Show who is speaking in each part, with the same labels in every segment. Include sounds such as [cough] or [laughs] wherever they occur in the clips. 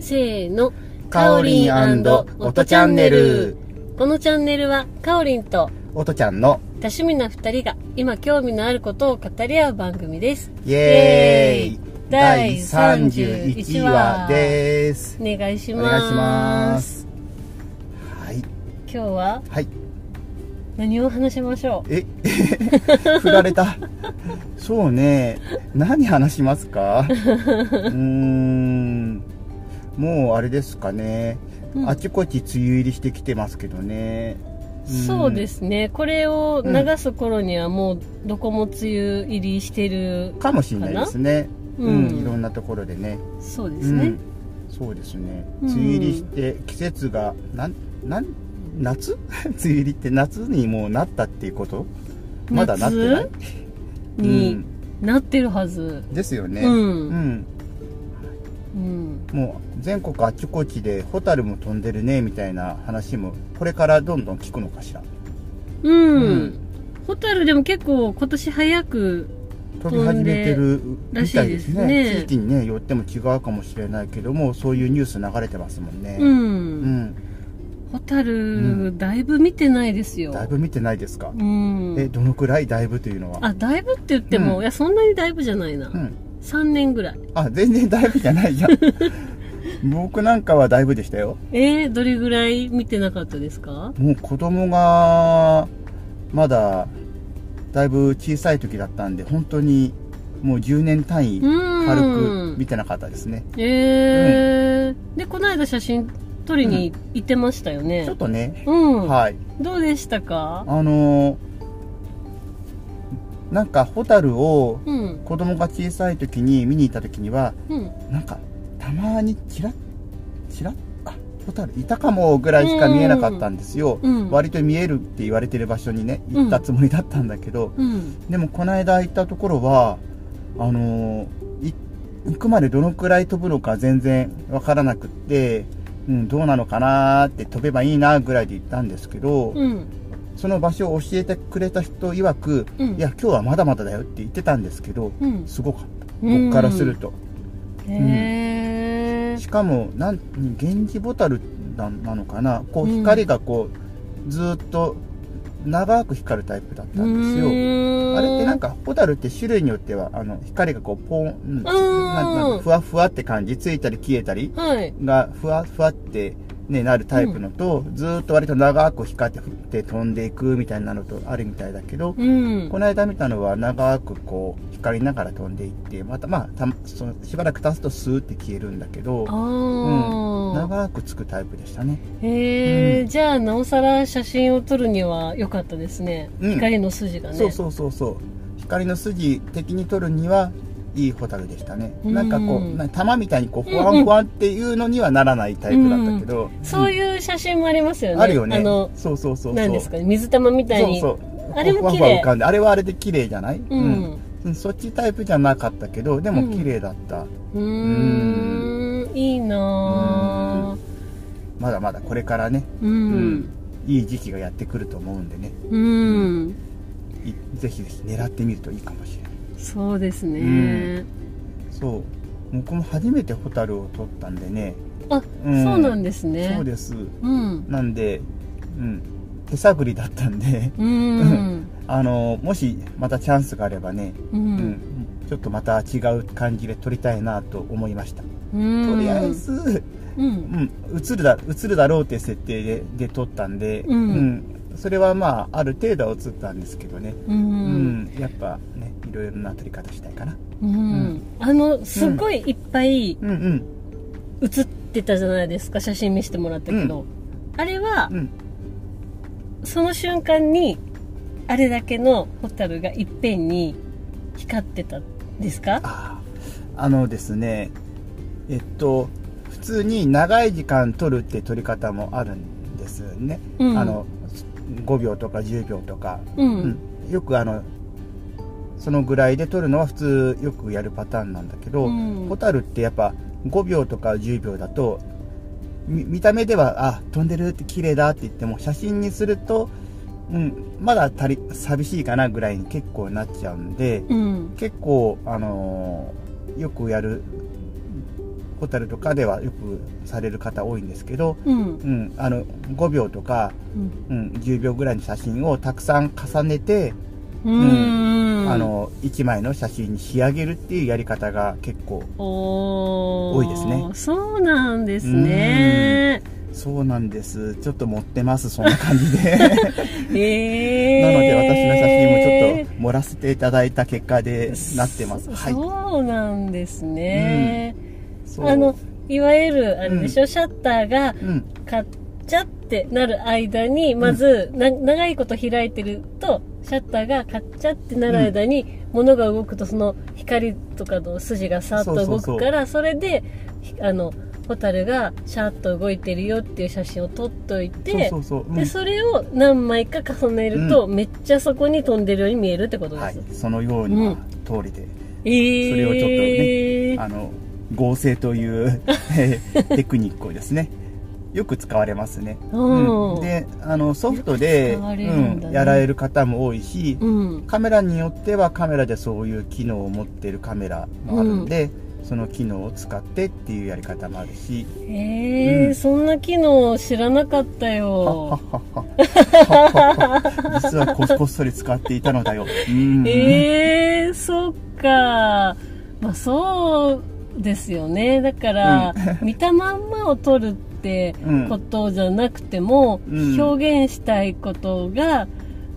Speaker 1: せーの。
Speaker 2: かおりんおとチャンネル。
Speaker 1: このチャンネルは、かおりんと、
Speaker 2: おとちゃんの
Speaker 1: 多趣味な二人が、今興味のあることを語り合う番組です。
Speaker 2: イエーイ
Speaker 1: 第
Speaker 2: 第
Speaker 1: 31
Speaker 2: 31
Speaker 1: 話
Speaker 2: 話
Speaker 1: で
Speaker 2: です
Speaker 1: お願いし
Speaker 2: お
Speaker 1: ます。
Speaker 2: 願いしますはい
Speaker 1: 今日は、
Speaker 2: はい
Speaker 1: 何を話しましょ
Speaker 2: え [laughs] 振られたそうね何話しますかうーんもうあれですかね、
Speaker 1: うん
Speaker 2: あちこち梅雨入りしてきてますけどね
Speaker 1: う。そうですすね。これを流す頃にはもう、どこも梅雨入りしてる。
Speaker 2: かもしれないですね
Speaker 1: かな
Speaker 2: うん、
Speaker 1: うん
Speaker 2: いろんなところでね
Speaker 1: そうですね。
Speaker 2: うん、そうですね
Speaker 1: うん
Speaker 2: 梅雨入りして季節がなんなん夏 [laughs] 梅雨入りって夏にもうなったっていうことまだなってない、う
Speaker 1: に
Speaker 2: ん、
Speaker 1: なってるはず。
Speaker 2: ですよね、
Speaker 1: うん
Speaker 2: うん
Speaker 1: うん。
Speaker 2: もう全国あちこちでホタルも飛んでるねみたいな話もこれからどんどん聞くのかしら
Speaker 1: うん。
Speaker 2: うん
Speaker 1: ホタルでも結構今年早く、
Speaker 2: 飛び始めてるみたいですね
Speaker 1: 飛んでらしいですね
Speaker 2: 地域にねよっても違うかもしれないけどもそういうニュース流れてますもんね
Speaker 1: う。
Speaker 2: うんん
Speaker 1: ホタ
Speaker 2: う
Speaker 1: ル、だいぶ見てないですよ。
Speaker 2: だいぶ見てないですか、
Speaker 1: うん。
Speaker 2: えどのくらいだいぶというのは
Speaker 1: あ、だいぶって言っても、
Speaker 2: うん
Speaker 1: いや、そんなにだいぶじゃないな。
Speaker 2: うん
Speaker 1: 3年ぐらい。
Speaker 2: あ、全然だいぶじゃないじゃん。 [laughs] 僕なんかはだいぶでしたよ。
Speaker 1: えー、どれぐらい見てなかったですか
Speaker 2: もう子供が、まだ、だいぶ小さい時だったんで、本当に、もう10年単位、
Speaker 1: う
Speaker 2: 軽
Speaker 1: ん
Speaker 2: く見てなかったですね。
Speaker 1: えー、で、この間写真撮りに行ってましたよ
Speaker 2: ちょっ
Speaker 1: ね。
Speaker 2: とね、
Speaker 1: うん。
Speaker 2: はい。
Speaker 1: どうでしたか
Speaker 2: あのーなんか、ホタルを、
Speaker 1: うん。
Speaker 2: 子供が小さい時に見に行った時には、
Speaker 1: うん。
Speaker 2: なんか、たまにチラッ、チラッ、あ、ホタルいたかもぐらいしか見えなかったんですよ。
Speaker 1: うん。
Speaker 2: 割と見えるって言われてる場所にね行ったつもりだったんだけど、
Speaker 1: うん。
Speaker 2: でもこの間行ったところはあのーい行くまでどのくらい飛ぶのか全然わからなくって、うん、どうなのかなーって飛べばいいなぐらいで行ったんですけど、
Speaker 1: うん。
Speaker 2: その場所を教えてくれた人曰く、
Speaker 1: うん
Speaker 2: いや今日はまだまだだよって言ってたんですけど、
Speaker 1: うん。
Speaker 2: すごかった
Speaker 1: うん
Speaker 2: 僕からすると、
Speaker 1: へー
Speaker 2: しかもなん源氏ボタルななのかなこう
Speaker 1: うん
Speaker 2: 光がこうずーっと長く光るタイプだったんですよ、あれってなん
Speaker 1: か、
Speaker 2: かホタルって種類によってはあの光がこうポーン、うんなんなんかふわふわって感じついたり消えたり
Speaker 1: はい。
Speaker 2: がふわふわって、ね、なるタイプのと、ずーっと割と長く光って振って飛んでいくみたいなのとあるみたいだけど、
Speaker 1: うん
Speaker 2: こ。の間見たのは長くこう光りながら飛んでいってまたまあたそのしばらく経つとスーって消えるんだけど
Speaker 1: あ
Speaker 2: うん、
Speaker 1: ー
Speaker 2: 長くつくタイプでしたね
Speaker 1: へ
Speaker 2: う
Speaker 1: ーじゃあ、なおさら写真を撮るには良かったですね。
Speaker 2: うん
Speaker 1: 光の筋がね。
Speaker 2: そうそうそうそう光の筋的に取るにはいいホタルでしたね、
Speaker 1: うん
Speaker 2: なんかこうな玉みたいにこう
Speaker 1: うんう
Speaker 2: ほ
Speaker 1: ん
Speaker 2: わんほわんっていうのにはならないタイプだったけど、
Speaker 1: そう
Speaker 2: い
Speaker 1: いう写真もありますよね。
Speaker 2: あるよね
Speaker 1: あの、
Speaker 2: そうそうそうそう
Speaker 1: 何ですかね、水玉みたい
Speaker 2: そう
Speaker 1: に。
Speaker 2: そうう
Speaker 1: あれも
Speaker 2: ふわ
Speaker 1: 綺麗
Speaker 2: ふわ浮かんであれはあれで綺麗じゃない、
Speaker 1: ん。
Speaker 2: うんそっちタイプじゃなかったけどで
Speaker 1: うん
Speaker 2: も綺麗だった、
Speaker 1: うーん。いいな
Speaker 2: まだまだこれからね
Speaker 1: ぁ。うん。
Speaker 2: いい時期がやってくると思うんでね
Speaker 1: うん。
Speaker 2: いぜひぜひ狙ってみるといいかもしれない
Speaker 1: そうですね。
Speaker 2: そう僕も初めてホタルを取ったんでね
Speaker 1: あ、
Speaker 2: うん
Speaker 1: そうなんですね。
Speaker 2: そうです
Speaker 1: うん。
Speaker 2: なんで、うん、手探りだったんで、 [laughs]
Speaker 1: うん。
Speaker 2: あのもしまたチャンスがあればね、
Speaker 1: う
Speaker 2: うん
Speaker 1: ん。
Speaker 2: ちょっとまた違う感じで撮りたいなと思いました。
Speaker 1: と
Speaker 2: とりあえ。ず、
Speaker 1: う。
Speaker 2: うんん、映るだ映るだろうって設定でで撮ったんで、
Speaker 1: うん
Speaker 2: うんそれはまあある程度は映ったんですけどね、
Speaker 1: う。
Speaker 2: うんんやっぱねいろいろな撮り方したいかな。
Speaker 1: うん。あの、すっごいいっぱい
Speaker 2: うんうん
Speaker 1: 写ってたじゃないですか、写真見せてもらったけど。あれは
Speaker 2: う、ん
Speaker 1: その瞬間に、あれだけのホタルがいっぺんに光ってたんですか
Speaker 2: あーあのですねえっと普通に長い時間撮るって撮り方もあるんですよね、
Speaker 1: うん
Speaker 2: あの5秒とか10秒とか、
Speaker 1: う。
Speaker 2: うんよくあのそのぐらいで撮るのは普通よくやるパターンなんだけど、
Speaker 1: うん
Speaker 2: ホタルってやっぱ5秒とか10秒だとみ見た目ではあ飛んでるって綺麗だって言っても写真にすると、うん、まだ足り寂しいかなぐらいに結構なっちゃうんで、
Speaker 1: うん。
Speaker 2: 結構あのーよくやるホタルとかではよくされる方多いんですけど、
Speaker 1: うん
Speaker 2: うん、あの5秒とか、
Speaker 1: うん
Speaker 2: うん、10秒ぐらいの写真をたくさん重ねて、
Speaker 1: うん
Speaker 2: あの1枚の写真に仕上げるっていうやり方が結構
Speaker 1: おー
Speaker 2: 多いですね
Speaker 1: そうなんですね
Speaker 2: そうなんですちょっと持ってますそんな感
Speaker 1: [laughs]
Speaker 2: じでな
Speaker 1: えー、
Speaker 2: ので私の写真もちょっと盛らせていただいた結果でなってますはい
Speaker 1: そうなんですね、
Speaker 2: そう
Speaker 1: あのいわゆるあれでしょ、シャッターが
Speaker 2: うん
Speaker 1: 買っちゃってなる間にまず、な長いこと開いてるとシャッターが買っちゃってなる間に、物が動くとその光とかの筋がさっと動くからそれでひあのホタルがシャーッと動いてるよっていう写真を撮っといて
Speaker 2: そうそうそう、うん
Speaker 1: でそれを何枚か重ねると、めっちゃそこに飛んでるように見えるってことです、
Speaker 2: はいそのような通りで、
Speaker 1: えー、
Speaker 2: それをちょっとね
Speaker 1: っ
Speaker 2: あの合成という
Speaker 1: [laughs]
Speaker 2: えーテクニックをですねよく使われますね、
Speaker 1: と
Speaker 2: うん、
Speaker 1: ね
Speaker 2: であのソフトで
Speaker 1: よく使われるんだね
Speaker 2: うん、やられる方も多いし、
Speaker 1: うん
Speaker 2: カメラによってはカメラでそういう機能を持ってるカメラもあるんで、その機能を使ってっていうやり方もあるし
Speaker 1: えー
Speaker 2: うん
Speaker 1: そんな機能知らなかった
Speaker 2: はっ
Speaker 1: よ
Speaker 2: はっはっ
Speaker 1: [laughs]
Speaker 2: は実はここっそり使っていたのだよ、うん
Speaker 1: えー、そっかまあそうですよねだから、見たまんまを撮るって
Speaker 2: うん
Speaker 1: ことじゃなくても、
Speaker 2: うん
Speaker 1: 表現したいことが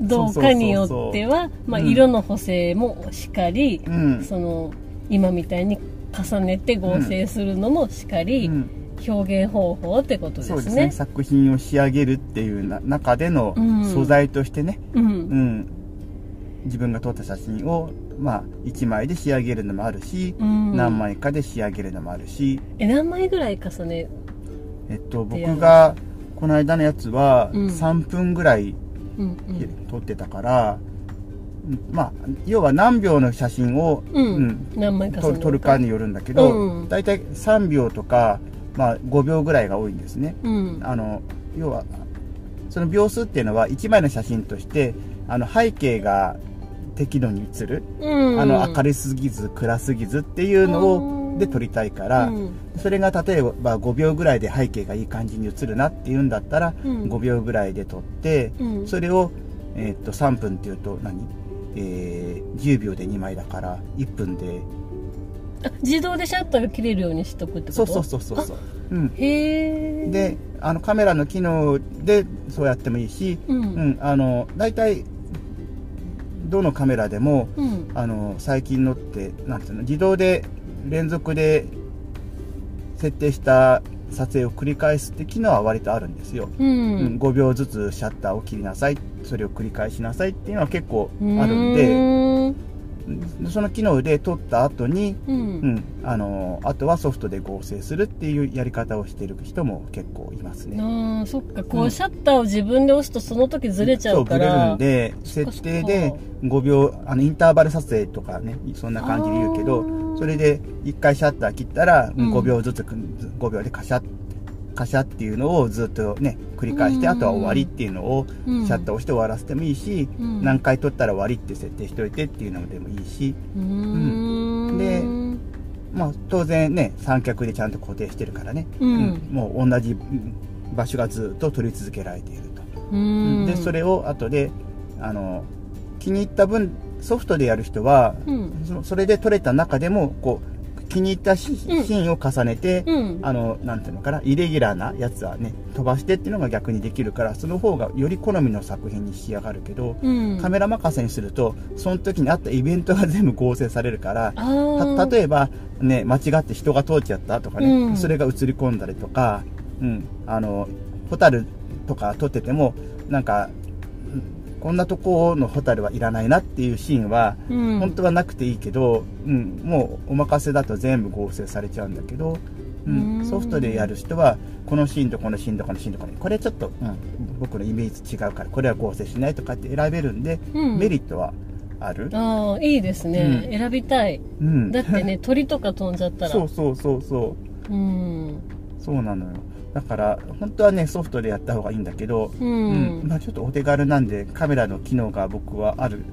Speaker 1: どうかによってはまあ
Speaker 2: うん
Speaker 1: 色の補正もしかり、
Speaker 2: うん
Speaker 1: その今みたいに重ねて合成するのもしかり、
Speaker 2: うん
Speaker 1: 表現方法ってことで
Speaker 2: そうですすね
Speaker 1: ね。
Speaker 2: 作品を仕上げるっていうな中での
Speaker 1: うん
Speaker 2: 素材としてね、
Speaker 1: う
Speaker 2: うん
Speaker 1: ん
Speaker 2: 自分が撮った写真を、まあ、1枚で仕上げるのもあるし、
Speaker 1: うん
Speaker 2: 何枚かで仕上げるのもあるし、
Speaker 1: え何枚ぐらい重ね
Speaker 2: えっと、僕がこの間のやつは
Speaker 1: うん
Speaker 2: 3分ぐらい
Speaker 1: うん
Speaker 2: 撮ってたから、うんまあ要は何秒の写真を、
Speaker 1: うん、うん
Speaker 2: うん
Speaker 1: 何枚重ね
Speaker 2: 撮る撮るかによるんだけど、
Speaker 1: うん
Speaker 2: 大体3秒とか、まあ、5秒ぐらいが多いんですね
Speaker 1: うん
Speaker 2: あの要はその秒数っていうのは1枚の写真としてあの背景が適度に映る、
Speaker 1: うん
Speaker 2: あの明るすぎず暗すぎずっていうの
Speaker 1: う
Speaker 2: を
Speaker 1: ん
Speaker 2: で撮りたいから、
Speaker 1: うん
Speaker 2: それが例えば5秒ぐらいで背景がいい感じに映るなっていうんだったら、
Speaker 1: うん
Speaker 2: 5秒ぐらいで撮って、
Speaker 1: うん
Speaker 2: それを、えーっと3分っていうと何、えー10秒で2枚だから1分で
Speaker 1: あ自動でシャッターが切れるようにしとくって
Speaker 2: そ
Speaker 1: こと
Speaker 2: うそうそうそうそう、うん、
Speaker 1: へえ
Speaker 2: であのカメラの機能でそうやってもいいし、
Speaker 1: う
Speaker 2: うん
Speaker 1: ん
Speaker 2: あの大体どのカメラでも
Speaker 1: うん
Speaker 2: あの最近のってなんていうの自動で連続で設定した撮影を繰り返すって機能は割とあるんですよ、
Speaker 1: う
Speaker 2: うん、
Speaker 1: ん
Speaker 2: 5秒ずつシャッターを切りなさいそれを繰り返しなさいっていうのは結構
Speaker 1: うん
Speaker 2: あるんで
Speaker 1: うん
Speaker 2: うんその機能で撮った後に、
Speaker 1: う
Speaker 2: うんん、あのあとはソフトで合成するっていうやり方をしてる人も結構いますね
Speaker 1: あーそっかこ
Speaker 2: う
Speaker 1: うんシャッターを自分で押すとその時ずれちゃうから
Speaker 2: そうブレるんで
Speaker 1: っかそ
Speaker 2: 設
Speaker 1: っか
Speaker 2: 定で5秒あのインターバル撮影とかねそんな感じで言うけ
Speaker 1: あ
Speaker 2: ど
Speaker 1: ー
Speaker 2: それで1回シャッター切ったら
Speaker 1: うん
Speaker 2: 5秒ずつ5秒でカシャッカシャッっていうのをずっとね繰り返して
Speaker 1: うん
Speaker 2: あとは終わりっていうのをシ
Speaker 1: うん
Speaker 2: ャッターを押して終わらせてもいいし
Speaker 1: うん
Speaker 2: 何回撮ったら終わりって設定しておいてっていうのでもいいし
Speaker 1: うーん
Speaker 2: でまあ当然ね三脚でちゃんと固定してるからね
Speaker 1: うん
Speaker 2: もう同じうん場所がずっと撮り続けられていると。
Speaker 1: うん
Speaker 2: でそれを後であの気に入った分ソフトでやる人は、
Speaker 1: うん
Speaker 2: そのそれで撮れた中でもこう気に入ったシ,、
Speaker 1: うん
Speaker 2: シーンを重ねて、
Speaker 1: うん
Speaker 2: あのなんていうのかなイレギュラーなやつはね飛ばしてっていうのが逆にできるからその方がより好みの作品に仕上がるけど、
Speaker 1: うん
Speaker 2: カメラ任せにするとその時にあったイベントが全部合成されるから。
Speaker 1: あ
Speaker 2: た
Speaker 1: ー
Speaker 2: 例えば、ね、間違って人が通っちゃったとかね、
Speaker 1: うん
Speaker 2: それが映り込んだりとか、うん、あのホタルとか撮っててもなんかうんこんなとこのホタルはいらないなっていうシーンは、
Speaker 1: うん
Speaker 2: 本当はなくていいけど、うん、もうお任せだと全部合成されちゃうんだけど、うん
Speaker 1: うん
Speaker 2: ソフトでやる人はこのシーンとこのシーンとこのシーンとこのこれちょっと、うん、僕のイメージ違うからこれは合成しないとかって選べるんで、
Speaker 1: うん
Speaker 2: メリットはある。
Speaker 1: ああいいですね、
Speaker 2: うん
Speaker 1: 選びたい
Speaker 2: うん、
Speaker 1: だってね鳥とか飛んじゃったら
Speaker 2: そうそうそうそう
Speaker 1: うん
Speaker 2: そうなのよだから本当はねソフトでやった方がいいんだけど、
Speaker 1: う
Speaker 2: うん
Speaker 1: ん
Speaker 2: まあ、ちょっとお手軽なんでカメラの機能が僕はある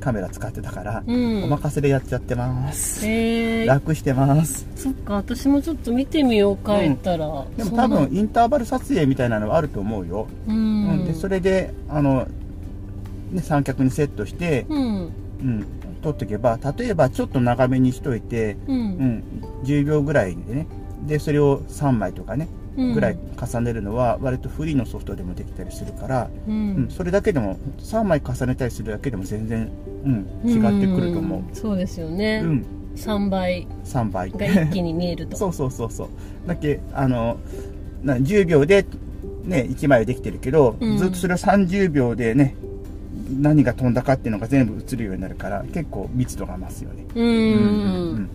Speaker 2: カメラ使ってたから、
Speaker 1: うん
Speaker 2: お任せでやっちゃってます、
Speaker 1: へえ
Speaker 2: 楽してます
Speaker 1: そっか私もちょっと見てみよう帰ったら、
Speaker 2: でも
Speaker 1: そんな
Speaker 2: 多分インターバル撮影みたいなのはあると思うよ、
Speaker 1: う
Speaker 2: うん
Speaker 1: ん、
Speaker 2: でそれであの、ね、三脚にセットして、
Speaker 1: うん
Speaker 2: うん、撮っていけば例えばちょっと長めにしといて、
Speaker 1: う
Speaker 2: うんん、10秒ぐらいでねでそれを3枚とかね
Speaker 1: うん
Speaker 2: ぐらい重ねるのは割とフリーのソフトでもできたりするから、
Speaker 1: う
Speaker 2: うん
Speaker 1: ん、
Speaker 2: それだけでも3枚重ねたりするだけでも全然、うん、違ってくると思う、
Speaker 1: んそうですよね、
Speaker 2: うん
Speaker 1: 3倍
Speaker 2: 3倍
Speaker 1: が一気に見えると
Speaker 2: そうそうそうそうだっけあのな10秒で、ね、1枚はできてるけど、
Speaker 1: うん
Speaker 2: ずっとそれを30秒でね何が飛んだかっていうのが全部映るようになるから結構密度が増すよね
Speaker 1: う
Speaker 2: うんうん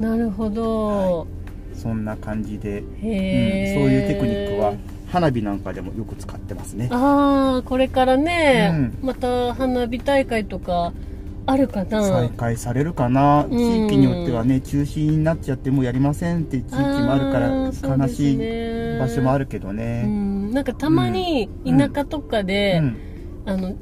Speaker 1: なるほど、
Speaker 2: そんな感じで、うん、そう
Speaker 1: へえ、
Speaker 2: いうテクニックは花火なんかでもよく使ってますね
Speaker 1: ああこれからね、
Speaker 2: う
Speaker 1: また花火大会とかあるかな
Speaker 2: 再開されるかな、
Speaker 1: ん
Speaker 2: 地域によってはね中止になっちゃってもうやりませんって地域もあるか
Speaker 1: あーそう
Speaker 2: ら
Speaker 1: で
Speaker 2: 悲
Speaker 1: す
Speaker 2: しい
Speaker 1: ね
Speaker 2: 場所もあるけどね
Speaker 1: うん、なんかたまに
Speaker 2: うん
Speaker 1: 田舎とかで、
Speaker 2: うん
Speaker 1: あの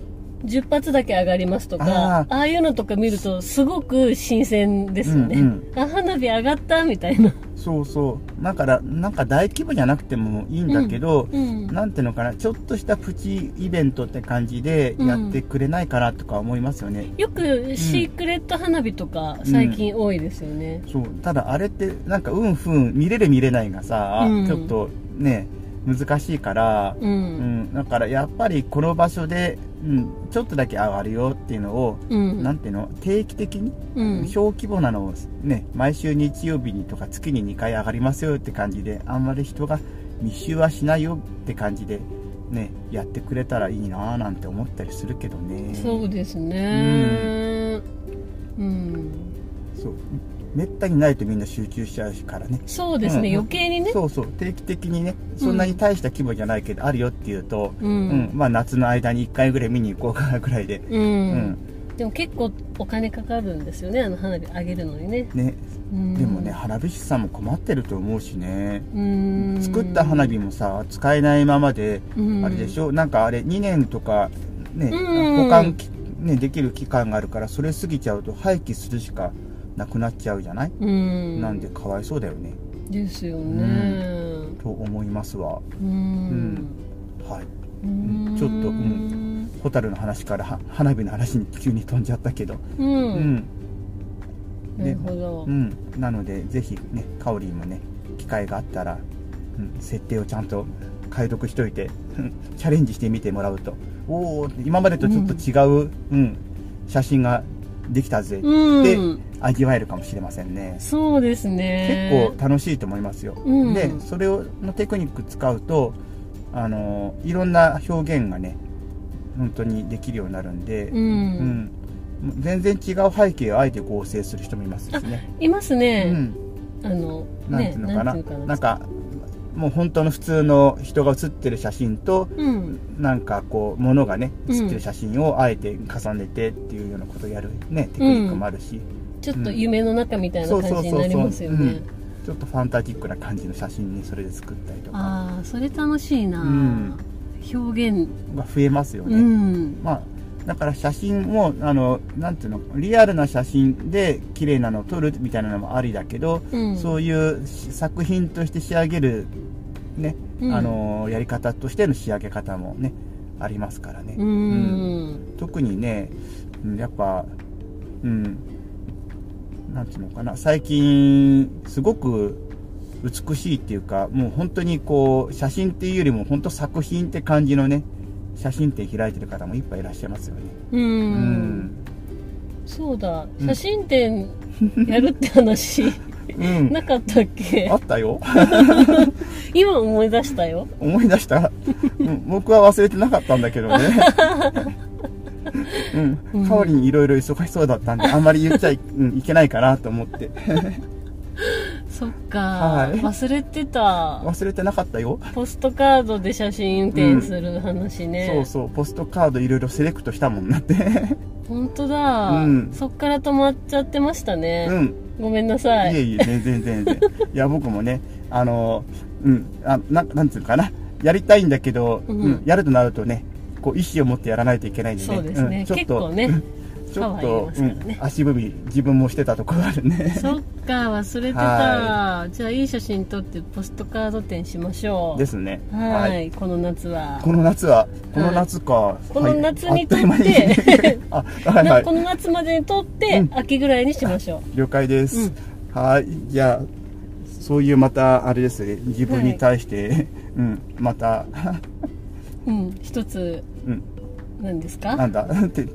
Speaker 1: 10発だけ上がりますとか
Speaker 2: あー
Speaker 1: ああいうのとか見るとすごく新鮮ですよね、
Speaker 2: うんうん
Speaker 1: あ花火上がったみたい
Speaker 2: [laughs]
Speaker 1: な、
Speaker 2: そうそうだからなんか大規模じゃなくてもいいんだけど、
Speaker 1: うん、
Speaker 2: なんていうのかなちょっとしたプチイベントって感じでやってくれないかなとか思いますよね、
Speaker 1: よくシークレット花火とか最近多いですよね、
Speaker 2: そうただあれってなんかうんふん見れる見れないがさ、
Speaker 1: うん
Speaker 2: ちょっとね難しいから、
Speaker 1: う
Speaker 2: うん
Speaker 1: ん
Speaker 2: だからやっぱりこの場所で、うん、ちょっとだけ上がるよっていうのを、
Speaker 1: うん
Speaker 2: なんていうの定期的に、
Speaker 1: うん
Speaker 2: 小規模なのをね毎週日曜日にとか月に2回上がりますよって感じであんまり人が密集はしないよって感じでねやってくれたらいいなぁなんて思ったりするけどね
Speaker 1: そうですねうん、
Speaker 2: そうめったにないとみんな集中しちゃうからね
Speaker 1: そうですね、
Speaker 2: うん
Speaker 1: 余計にね
Speaker 2: そうそう定期的にねそんなに大した規模じゃないけど、あるよっていうと、
Speaker 1: う
Speaker 2: うん
Speaker 1: ん
Speaker 2: まあ夏の間に1回ぐらい見に行こうかなぐらいで、
Speaker 1: うん、
Speaker 2: うん
Speaker 1: でも結構お金かかるんですよねあの花火上げるのにね、
Speaker 2: ね、
Speaker 1: うん、
Speaker 2: でもね花火師さんも困ってると思うしね
Speaker 1: うん
Speaker 2: 作った花火もさ使えないままで
Speaker 1: うん
Speaker 2: あれでしょ、なんかあれ2年とかね、
Speaker 1: うん
Speaker 2: 保管き、ね、できる期間があるからそれ過ぎちゃうと廃棄するしかなくなっちゃうじゃない、
Speaker 1: うん
Speaker 2: なんでかわいそうだよね
Speaker 1: ですよね
Speaker 2: と思いますわ
Speaker 1: うん、
Speaker 2: はい
Speaker 1: うん
Speaker 2: ちょっとうん蛍の話からは花火の話に急に飛んじゃったけど
Speaker 1: う、
Speaker 2: うんん
Speaker 1: なるほど、
Speaker 2: うんなのでぜひねかおりんもね機会があったら、うん、設定をちゃんと解読しといて [laughs] うんチャレンジしてみてもらうとおお今までとちょっと違う、うん写真ができたぜって
Speaker 1: うん
Speaker 2: 味わえるかもしれませんね、
Speaker 1: そうです
Speaker 2: 結
Speaker 1: ね
Speaker 2: 構楽しいと思いますよ、
Speaker 1: うん
Speaker 2: でそれをのテクニック使うとあのいろんな表現がね本当にできるようになるんで、
Speaker 1: うん、
Speaker 2: うん全然違う背景をあえて合成する人もいますしね、
Speaker 1: いますね、
Speaker 2: うん、
Speaker 1: あの
Speaker 2: なんて
Speaker 1: ね
Speaker 2: いうのかな、
Speaker 1: んていう
Speaker 2: なんかもう本当の普通の人が写ってる写真と
Speaker 1: うん
Speaker 2: なんかこう物がね
Speaker 1: うん
Speaker 2: 写ってる写真をあえて重ねてっていうようなことをやるねテクニックもあるし、
Speaker 1: ちょっと夢の中みたいな感じになりますよ
Speaker 2: そうそう
Speaker 1: ね
Speaker 2: そうちょっとファンタジックな感じの写真にそれで作ったりとか
Speaker 1: ああそれ楽しいな、
Speaker 2: うん
Speaker 1: 表現
Speaker 2: が増えますよね、
Speaker 1: うん
Speaker 2: まあだから写真もあのなんていうのリアルな写真で綺麗なのを撮るみたいなのもありだけど、
Speaker 1: うん
Speaker 2: そういうし作品として仕上げる、ね
Speaker 1: うん
Speaker 2: あのやり方としての仕上げ方もねありますからね、
Speaker 1: う
Speaker 2: うん
Speaker 1: ん
Speaker 2: 特にねうんやっぱうんなんていうのかな最近すごく美しいっていうかもう本当にこう写真っていうよりも本当作品って感じのね写真展開いてる方もいっぱいいらっしゃいますよね
Speaker 1: うん、
Speaker 2: うん、
Speaker 1: そうだ
Speaker 2: うん
Speaker 1: 写真展やるって話、
Speaker 2: うん、
Speaker 1: なかったっけ
Speaker 2: あったよ
Speaker 1: 今思い出したよ
Speaker 2: 思い出した、うん、僕は忘れてなかったんだけ
Speaker 1: [laughs]
Speaker 2: どねう、
Speaker 1: うんん
Speaker 2: かおりにいろいろ忙しそうだったんであんまり言っちゃい,、うん、いけないかなと思って
Speaker 1: そっか、
Speaker 2: はい
Speaker 1: 忘れてた
Speaker 2: 忘れてなかったよ
Speaker 1: ポストカードで写真展する話ね、
Speaker 2: そうそうポストカードいろいろセレクトしたもんなって
Speaker 1: 本当だ、
Speaker 2: うん
Speaker 1: そっから止まっちゃってましたね、
Speaker 2: うん
Speaker 1: ごめんなさ
Speaker 2: いえ
Speaker 1: い
Speaker 2: いえ全然全然いや僕もねあのうんあななんつうのかなやりたいんだけど、
Speaker 1: うん
Speaker 2: うんやるとなるとねこう意思を持ってやらないといけないんでね
Speaker 1: そうですね、
Speaker 2: うんちょっ
Speaker 1: 結
Speaker 2: と
Speaker 1: 構ね
Speaker 2: ちょっ
Speaker 1: パワーい
Speaker 2: と
Speaker 1: り、ますからね
Speaker 2: うん足踏み自分もしてたところあるね
Speaker 1: そっか忘れてた、
Speaker 2: は
Speaker 1: じゃあいい写真撮ってポストカード展しましょう
Speaker 2: ですね
Speaker 1: はいこの夏は
Speaker 2: この夏はこの夏か、
Speaker 1: この夏にと
Speaker 2: と
Speaker 1: っ
Speaker 2: ってて
Speaker 1: [laughs]
Speaker 2: あはいは
Speaker 1: ないこの夏までに撮って、
Speaker 2: うん
Speaker 1: 秋ぐらいにしましょ
Speaker 2: 了解です、はいじゃあそういうまたあれですね自分に対して、うんまた
Speaker 1: ううん一つ
Speaker 2: うん
Speaker 1: 何です
Speaker 2: な
Speaker 1: か
Speaker 2: んだ [laughs] って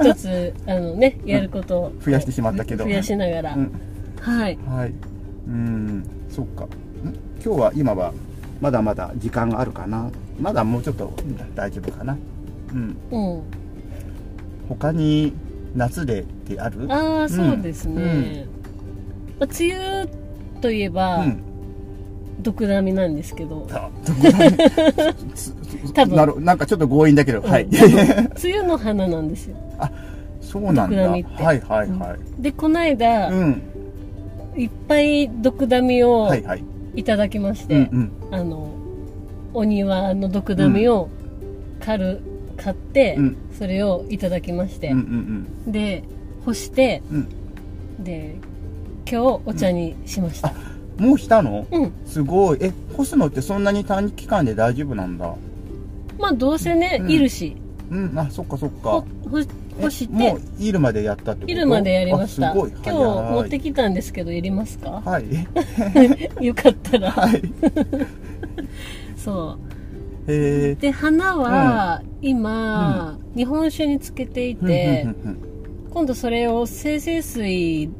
Speaker 1: 一つあのねやることを
Speaker 2: 増やしてしまったけど
Speaker 1: 増やしながら、
Speaker 2: うん
Speaker 1: はい
Speaker 2: はいうんそっかん今日は今はまだまだ時間があるかなまだもうちょっとうん大丈夫かなうん
Speaker 1: うん
Speaker 2: 他に夏でってある
Speaker 1: ああそうですね、まあ、梅雨といえば、
Speaker 2: うん
Speaker 1: 毒ダミなんですけど
Speaker 2: あどこだ
Speaker 1: 多分
Speaker 2: なるなんかちょっと強引だけ
Speaker 1: [laughs]
Speaker 2: ど、はい
Speaker 1: 梅雨の花なんですよ
Speaker 2: そうな
Speaker 1: ド
Speaker 2: んだ
Speaker 1: クダ
Speaker 2: は
Speaker 1: ミ
Speaker 2: い
Speaker 1: って
Speaker 2: はいはい、
Speaker 1: でこの間、
Speaker 2: うん
Speaker 1: いっぱい毒ダミを
Speaker 2: はいはい
Speaker 1: いただきまし
Speaker 2: う
Speaker 1: て、
Speaker 2: んうん
Speaker 1: あのお庭の毒ダミを狩る、買って、
Speaker 2: うん
Speaker 1: それをいただきまして、
Speaker 2: うんうん
Speaker 1: で干して
Speaker 2: うんうん
Speaker 1: で今日お茶にしました、
Speaker 2: もうしたの
Speaker 1: うん
Speaker 2: すごいえ干すのってそんなに短期間で大丈夫なんだ
Speaker 1: まあどうせね、
Speaker 2: うん
Speaker 1: いるし
Speaker 2: うんあそっかそっか
Speaker 1: ほほ干し
Speaker 2: えも
Speaker 1: て
Speaker 2: ういるまでやったってこと
Speaker 1: 昼までやりました
Speaker 2: あすごい
Speaker 1: 今日
Speaker 2: 早い
Speaker 1: 持ってきたんですけどやりますか
Speaker 2: はい
Speaker 1: よかったら
Speaker 2: はい
Speaker 1: そう [laughs]
Speaker 2: へ
Speaker 1: で花は今、日本酒につけてい
Speaker 2: え
Speaker 1: て、今度それを精製水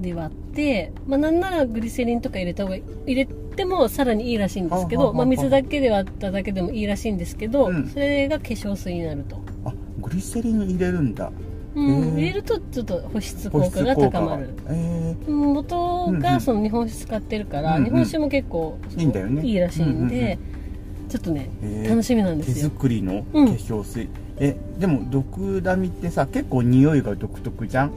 Speaker 1: で割って、まあ、なんならグリセリンとか入れた方が入れてもさらにいいらしいんですけ
Speaker 2: はあは
Speaker 1: ど、ま
Speaker 2: あ
Speaker 1: あ、
Speaker 2: はあ
Speaker 1: 水だけで割っただけでもいいらしいんですけど、
Speaker 2: うん
Speaker 1: それが化粧水になると、
Speaker 2: あグリセリン入れるんだ
Speaker 1: うん
Speaker 2: へえ
Speaker 1: 入れるとちょっと保湿効果が高まる
Speaker 2: え
Speaker 1: うん元
Speaker 2: うんう
Speaker 1: が
Speaker 2: ん
Speaker 1: その日本酒使ってるから、
Speaker 2: うんうん
Speaker 1: 日本酒も結構
Speaker 2: いいんだよね
Speaker 1: いいらしいんで、
Speaker 2: うんうんう
Speaker 1: ちょっとね
Speaker 2: え
Speaker 1: 楽しみなんで
Speaker 2: 手
Speaker 1: すよ
Speaker 2: 作りの化
Speaker 1: うん
Speaker 2: 粧水、えでも毒ダミってさ結構匂いが独特じゃん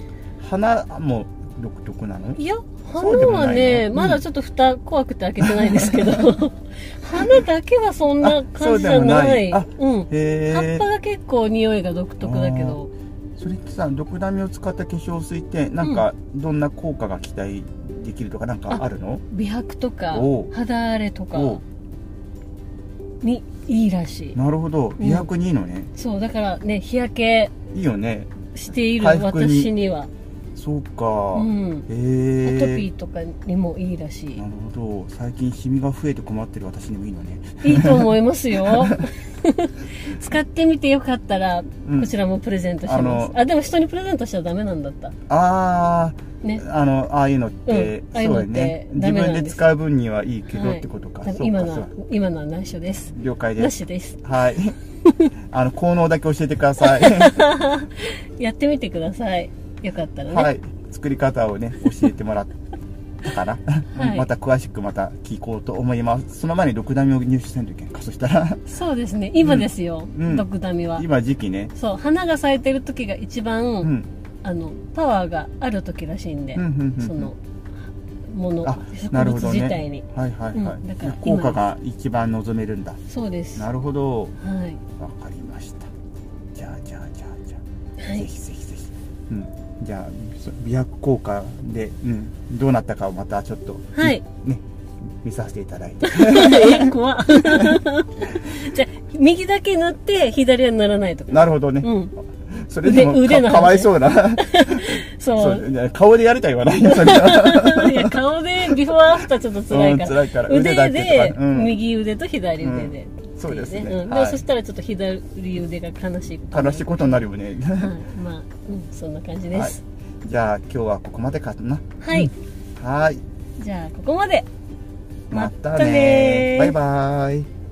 Speaker 2: 花も独特なの
Speaker 1: いや花
Speaker 2: そうでも
Speaker 1: は
Speaker 2: ない
Speaker 1: ね
Speaker 2: の
Speaker 1: まだちょっと蓋怖くて開けてないんです
Speaker 2: [laughs]
Speaker 1: けど花だけはそんな感じじゃ
Speaker 2: あそうでも
Speaker 1: な
Speaker 2: ないいあ
Speaker 1: うん、葉
Speaker 2: へ
Speaker 1: っ
Speaker 2: え
Speaker 1: ぱが結構匂いが独特だけど
Speaker 2: それってさ毒ダミを使った化粧水ってなんかどんな効果が期待できるとかなんかあるの、
Speaker 1: 美白とか
Speaker 2: おう
Speaker 1: 肌荒れとか
Speaker 2: お
Speaker 1: にいいらしい
Speaker 2: なるほど美白にいいのね、
Speaker 1: そうだからね日焼け
Speaker 2: いいよね
Speaker 1: している
Speaker 2: 回復に
Speaker 1: 私には
Speaker 2: そうか、
Speaker 1: うんア
Speaker 2: へえ
Speaker 1: トピーとかにもいいらしい
Speaker 2: なるほど最近シミが増えて困ってる私にもいいのね
Speaker 1: いいと思います
Speaker 2: [laughs]
Speaker 1: よ使ってみてよかったら
Speaker 2: うん
Speaker 1: こちらもプレゼントし
Speaker 2: あ
Speaker 1: ます、
Speaker 2: の
Speaker 1: あでも人にプレゼントしちゃダメなんだった
Speaker 2: ああ
Speaker 1: ね
Speaker 2: あのああいうのって、
Speaker 1: うんああいう
Speaker 2: そう
Speaker 1: のっ
Speaker 2: だ
Speaker 1: て
Speaker 2: よね
Speaker 1: ダメ
Speaker 2: 自
Speaker 1: なんです
Speaker 2: 分で使う分にはいいけど
Speaker 1: はい
Speaker 2: ってことか、
Speaker 1: 多分
Speaker 2: そうか
Speaker 1: 今
Speaker 2: そ
Speaker 1: のは
Speaker 2: う
Speaker 1: 今のは内緒です
Speaker 2: 了解で
Speaker 1: な
Speaker 2: す
Speaker 1: しです
Speaker 2: はい
Speaker 1: [laughs]
Speaker 2: あの効能だけ教えてください
Speaker 1: やってみてくださいよかったらね、
Speaker 2: はい作り方をね教えてもらったかな、
Speaker 1: はい
Speaker 2: また詳しくまた聞こうと思いますその前に毒ダミを入手せんといけんかそしたら
Speaker 1: そうですね今ですよ、
Speaker 2: うんうん
Speaker 1: ドクダミは
Speaker 2: 今時期ね
Speaker 1: そう花が咲いてる時が一番、
Speaker 2: うん
Speaker 1: あのパワーがある時らしいんで、
Speaker 2: うんうんうん
Speaker 1: そのもの
Speaker 2: あな
Speaker 1: 植
Speaker 2: る
Speaker 1: 物
Speaker 2: ほど
Speaker 1: 自体に、
Speaker 2: ねはいはいはい、
Speaker 1: うんだから
Speaker 2: 効果が一番望めるんだ
Speaker 1: そうです
Speaker 2: な
Speaker 1: は
Speaker 2: るほど
Speaker 1: い、はい
Speaker 2: わかりましたじゃあじゃあじゃあじゃあぜひぜひぜひ、うん、じゃあそ美白効果で、うん、どうなったかをまたちょっと、
Speaker 1: はい
Speaker 2: ね見させていただいて
Speaker 1: [laughs]
Speaker 2: [laughs]
Speaker 1: え怖っ [laughs] じゃあ右だけ塗って左は塗らないとか
Speaker 2: なるほどね、
Speaker 1: うん
Speaker 2: それでもか
Speaker 1: 腕腕の話ね
Speaker 2: かわいそう
Speaker 1: [laughs]
Speaker 2: だな
Speaker 1: そ
Speaker 2: そうういや顔でやりたいはないよそれ
Speaker 1: [laughs]
Speaker 2: は
Speaker 1: いや顔でビフォーアフターちょっと辛いから,、
Speaker 2: うん辛いから
Speaker 1: 腕
Speaker 2: 腕だけとか
Speaker 1: で、
Speaker 2: うん
Speaker 1: 右腕と左腕で、
Speaker 2: そうですね
Speaker 1: っていうんで
Speaker 2: はい
Speaker 1: そしたらちょっと左腕が悲しいことに
Speaker 2: 悲しいことになるよね
Speaker 1: はいまあ、うん、そんな感じで
Speaker 2: はい
Speaker 1: す
Speaker 2: じゃあ今日はここまでかな
Speaker 1: はい、
Speaker 2: はい
Speaker 1: じゃあここまで
Speaker 2: また
Speaker 1: またね
Speaker 2: ねバイバイ